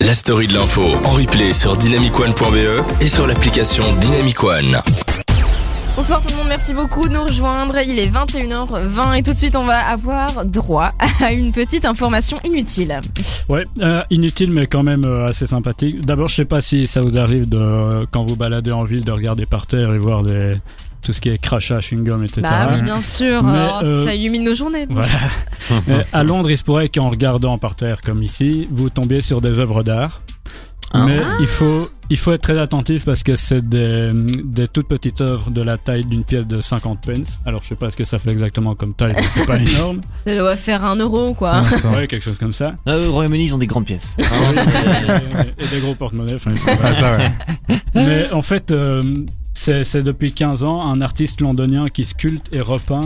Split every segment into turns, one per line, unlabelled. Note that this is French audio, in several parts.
la story de l'info en replay sur dynamicone.be E et sur l'application Dynamicone.
Bonsoir tout le monde, merci beaucoup de nous rejoindre. Il est 21h20 et tout de suite on va avoir droit à une petite information inutile.
Ouais, euh, inutile mais quand même euh, assez sympathique. D'abord, je sais pas si ça vous arrive de, euh, quand vous baladez en ville de regarder par terre et voir des, tout ce qui est crachat, chewing-gum, etc.
Bah oui, bien sûr,
hein. Mais,
Oh,
euh,
ça illumine nos journées.
Voilà. Euh, à Londres, il se pourrait qu'en regardant par terre comme ici, vous tombiez sur des œuvres d'art.
Ah.
Mais il faut, il faut être très attentif parce que c'est des, des toutes petites œuvres de la taille d'une pièce de 50 pence. Alors je sais pas ce que ça fait exactement comme taille, mais c'est pas énorme.
Ça doit faire un euro quoi.
Ouais, quelque chose comme ça.
Ah, au Royaume-Uni, ils ont des grandes pièces.
et, et des gros porte-monnaie. enfin, ils sont-
Ah, ça, ouais.
Mais en fait, euh, c'est c'est depuis 15 ans un artiste londonien qui sculpte et repeint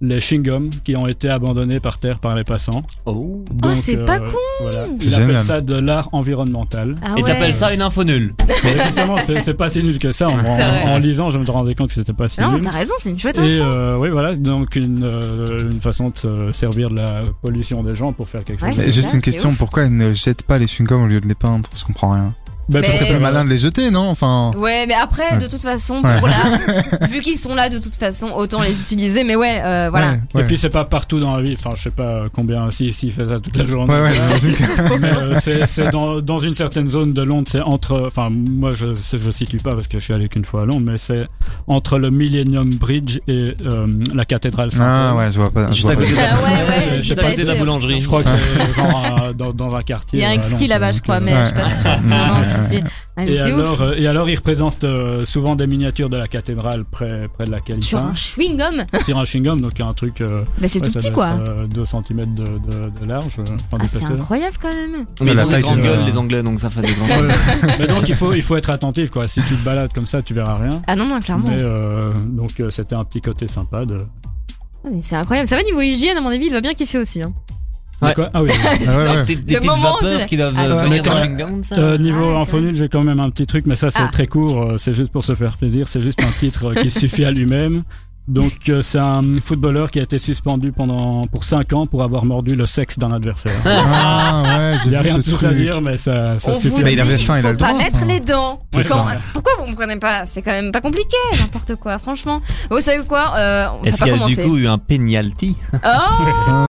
les chewing-gums qui ont été abandonnés par terre par les passants. euh,
Oh.
Oh, c'est pas con.
voilà.
C'est
Il appelle
génial.
ça de l'art environnemental.
Ah
Et
ouais.
t'appelles ça une info nulle
Mais justement, c'est c'est pas si nul que ça. En, en-
vrai.
en lisant, je me rendais compte que c'était pas si
Non,
nul.
t'as raison, c'est une chouette info.
Et euh, oui, voilà, donc une, euh, une façon de se servir de la pollution des gens pour faire quelque
Ouais,
chose.
Ah, c'est
Mais juste
ça,
une
c'est
question, pourquoi ils ne jettent pas les chewing-gums au lieu de les peindre Je comprends rien.
Mais-
Bah, parce
C'est
que-
plus malin de les jeter, non Enfin.
euh,
Ouais, mais après, de toute façon, pour là, vu qu'ils sont là, de toute façon, autant les utiliser. Mais ouais, euh, voilà.
ouais,
Et
ouais.
puis c'est pas partout dans la vie, enfin je sais pas combien, si, si il fait ça toute la journée.
Ouais, ouais, j'imagine que-
Mais, euh, c'est c'est dans, dans une certaine zone de Londres, c'est entre. Enfin, moi je je situe pas parce que je suis allé qu'une fois à Londres, mais c'est entre le Millennium Bridge et euh, la cathédrale Saint-Paul.
Ah ouais, je vois pas. Je
Juste
vois
à
pas.
côté de la,
Ah ouais, ouais,
c'est-
j'y
c'est à
ai
côté de la
été.
boulangerie.
Je crois que c'est genre un- dans, dans un quartier.
Il y a un
à
exquis
Londres,
là-bas, je
donc,
crois,
euh,
mais
Ouais.
je suis pas sûre.
Ouais,
Non, non,
ouais,
si, si. Ah, mais
Et
c'est
alors,
ouf.
euh, et alors, il représente euh, souvent des miniatures de la cathédrale près, près de laquelle il
Sur un
peint,
chewing-gum
sur un chewing-gum, donc un truc euh,
Bah, c'est
ouais,
tout
ça
petit
doit
quoi.
être, euh, 2 cm de, de- de large, euh, enfin
Ah, c'est
d'épaisseur.
incroyable quand même.
Mais ils
La
ont des
taille
grandes
d'une-
gueules, les Anglais, donc ça fait des grandes gueules.
Mais donc il faut, il faut être attentif quoi. Si tu te balades comme ça, tu verras rien.
Ah non, non, clairement.
Mais euh, donc euh, c'était un petit côté sympa de.
Ah, mais c'est incroyable. Ça va niveau hygiène, à mon avis, il doit bien kiffer aussi. hein.
de
Ouais.
quoi ah oui. oui.
Ah ouais, ouais.
Des, des
Le
petites
moment, tu
vapeurs
l'as-
qui doivent
Ah,
euh,
ouais.
venir
Mais
d'un
quand-
chewing-gum, ça.
Euh, niveau
Ah, ouais,
info nul, j'ai quand même un petit truc, mais ça c'est
Ah.
très court. euh, c'est juste pour se faire plaisir. C'est juste un titre euh, qui suffit à lui-même. Donc euh, c'est un footballeur qui a été suspendu pendant pour 5 ans pour avoir mordu le sexe d'un adversaire.
Ah ouais, j'ai
Il y a
vu
rien de
ce
plus à
truc.
dire, mais ça, ça
On vous
suffit.
Mais il avait
dit,
faim, il
faut
a le
pas
droit,
mettre
enfin.
les dents.
C'est
Quand-
ça.
Pourquoi vous me prenez pas C'est quand même pas compliqué, n'importe quoi, franchement. Vous savez quoi euh, On va
Est-ce
pas
qu'il y a du
commencer.
coup eu un penalty
Oh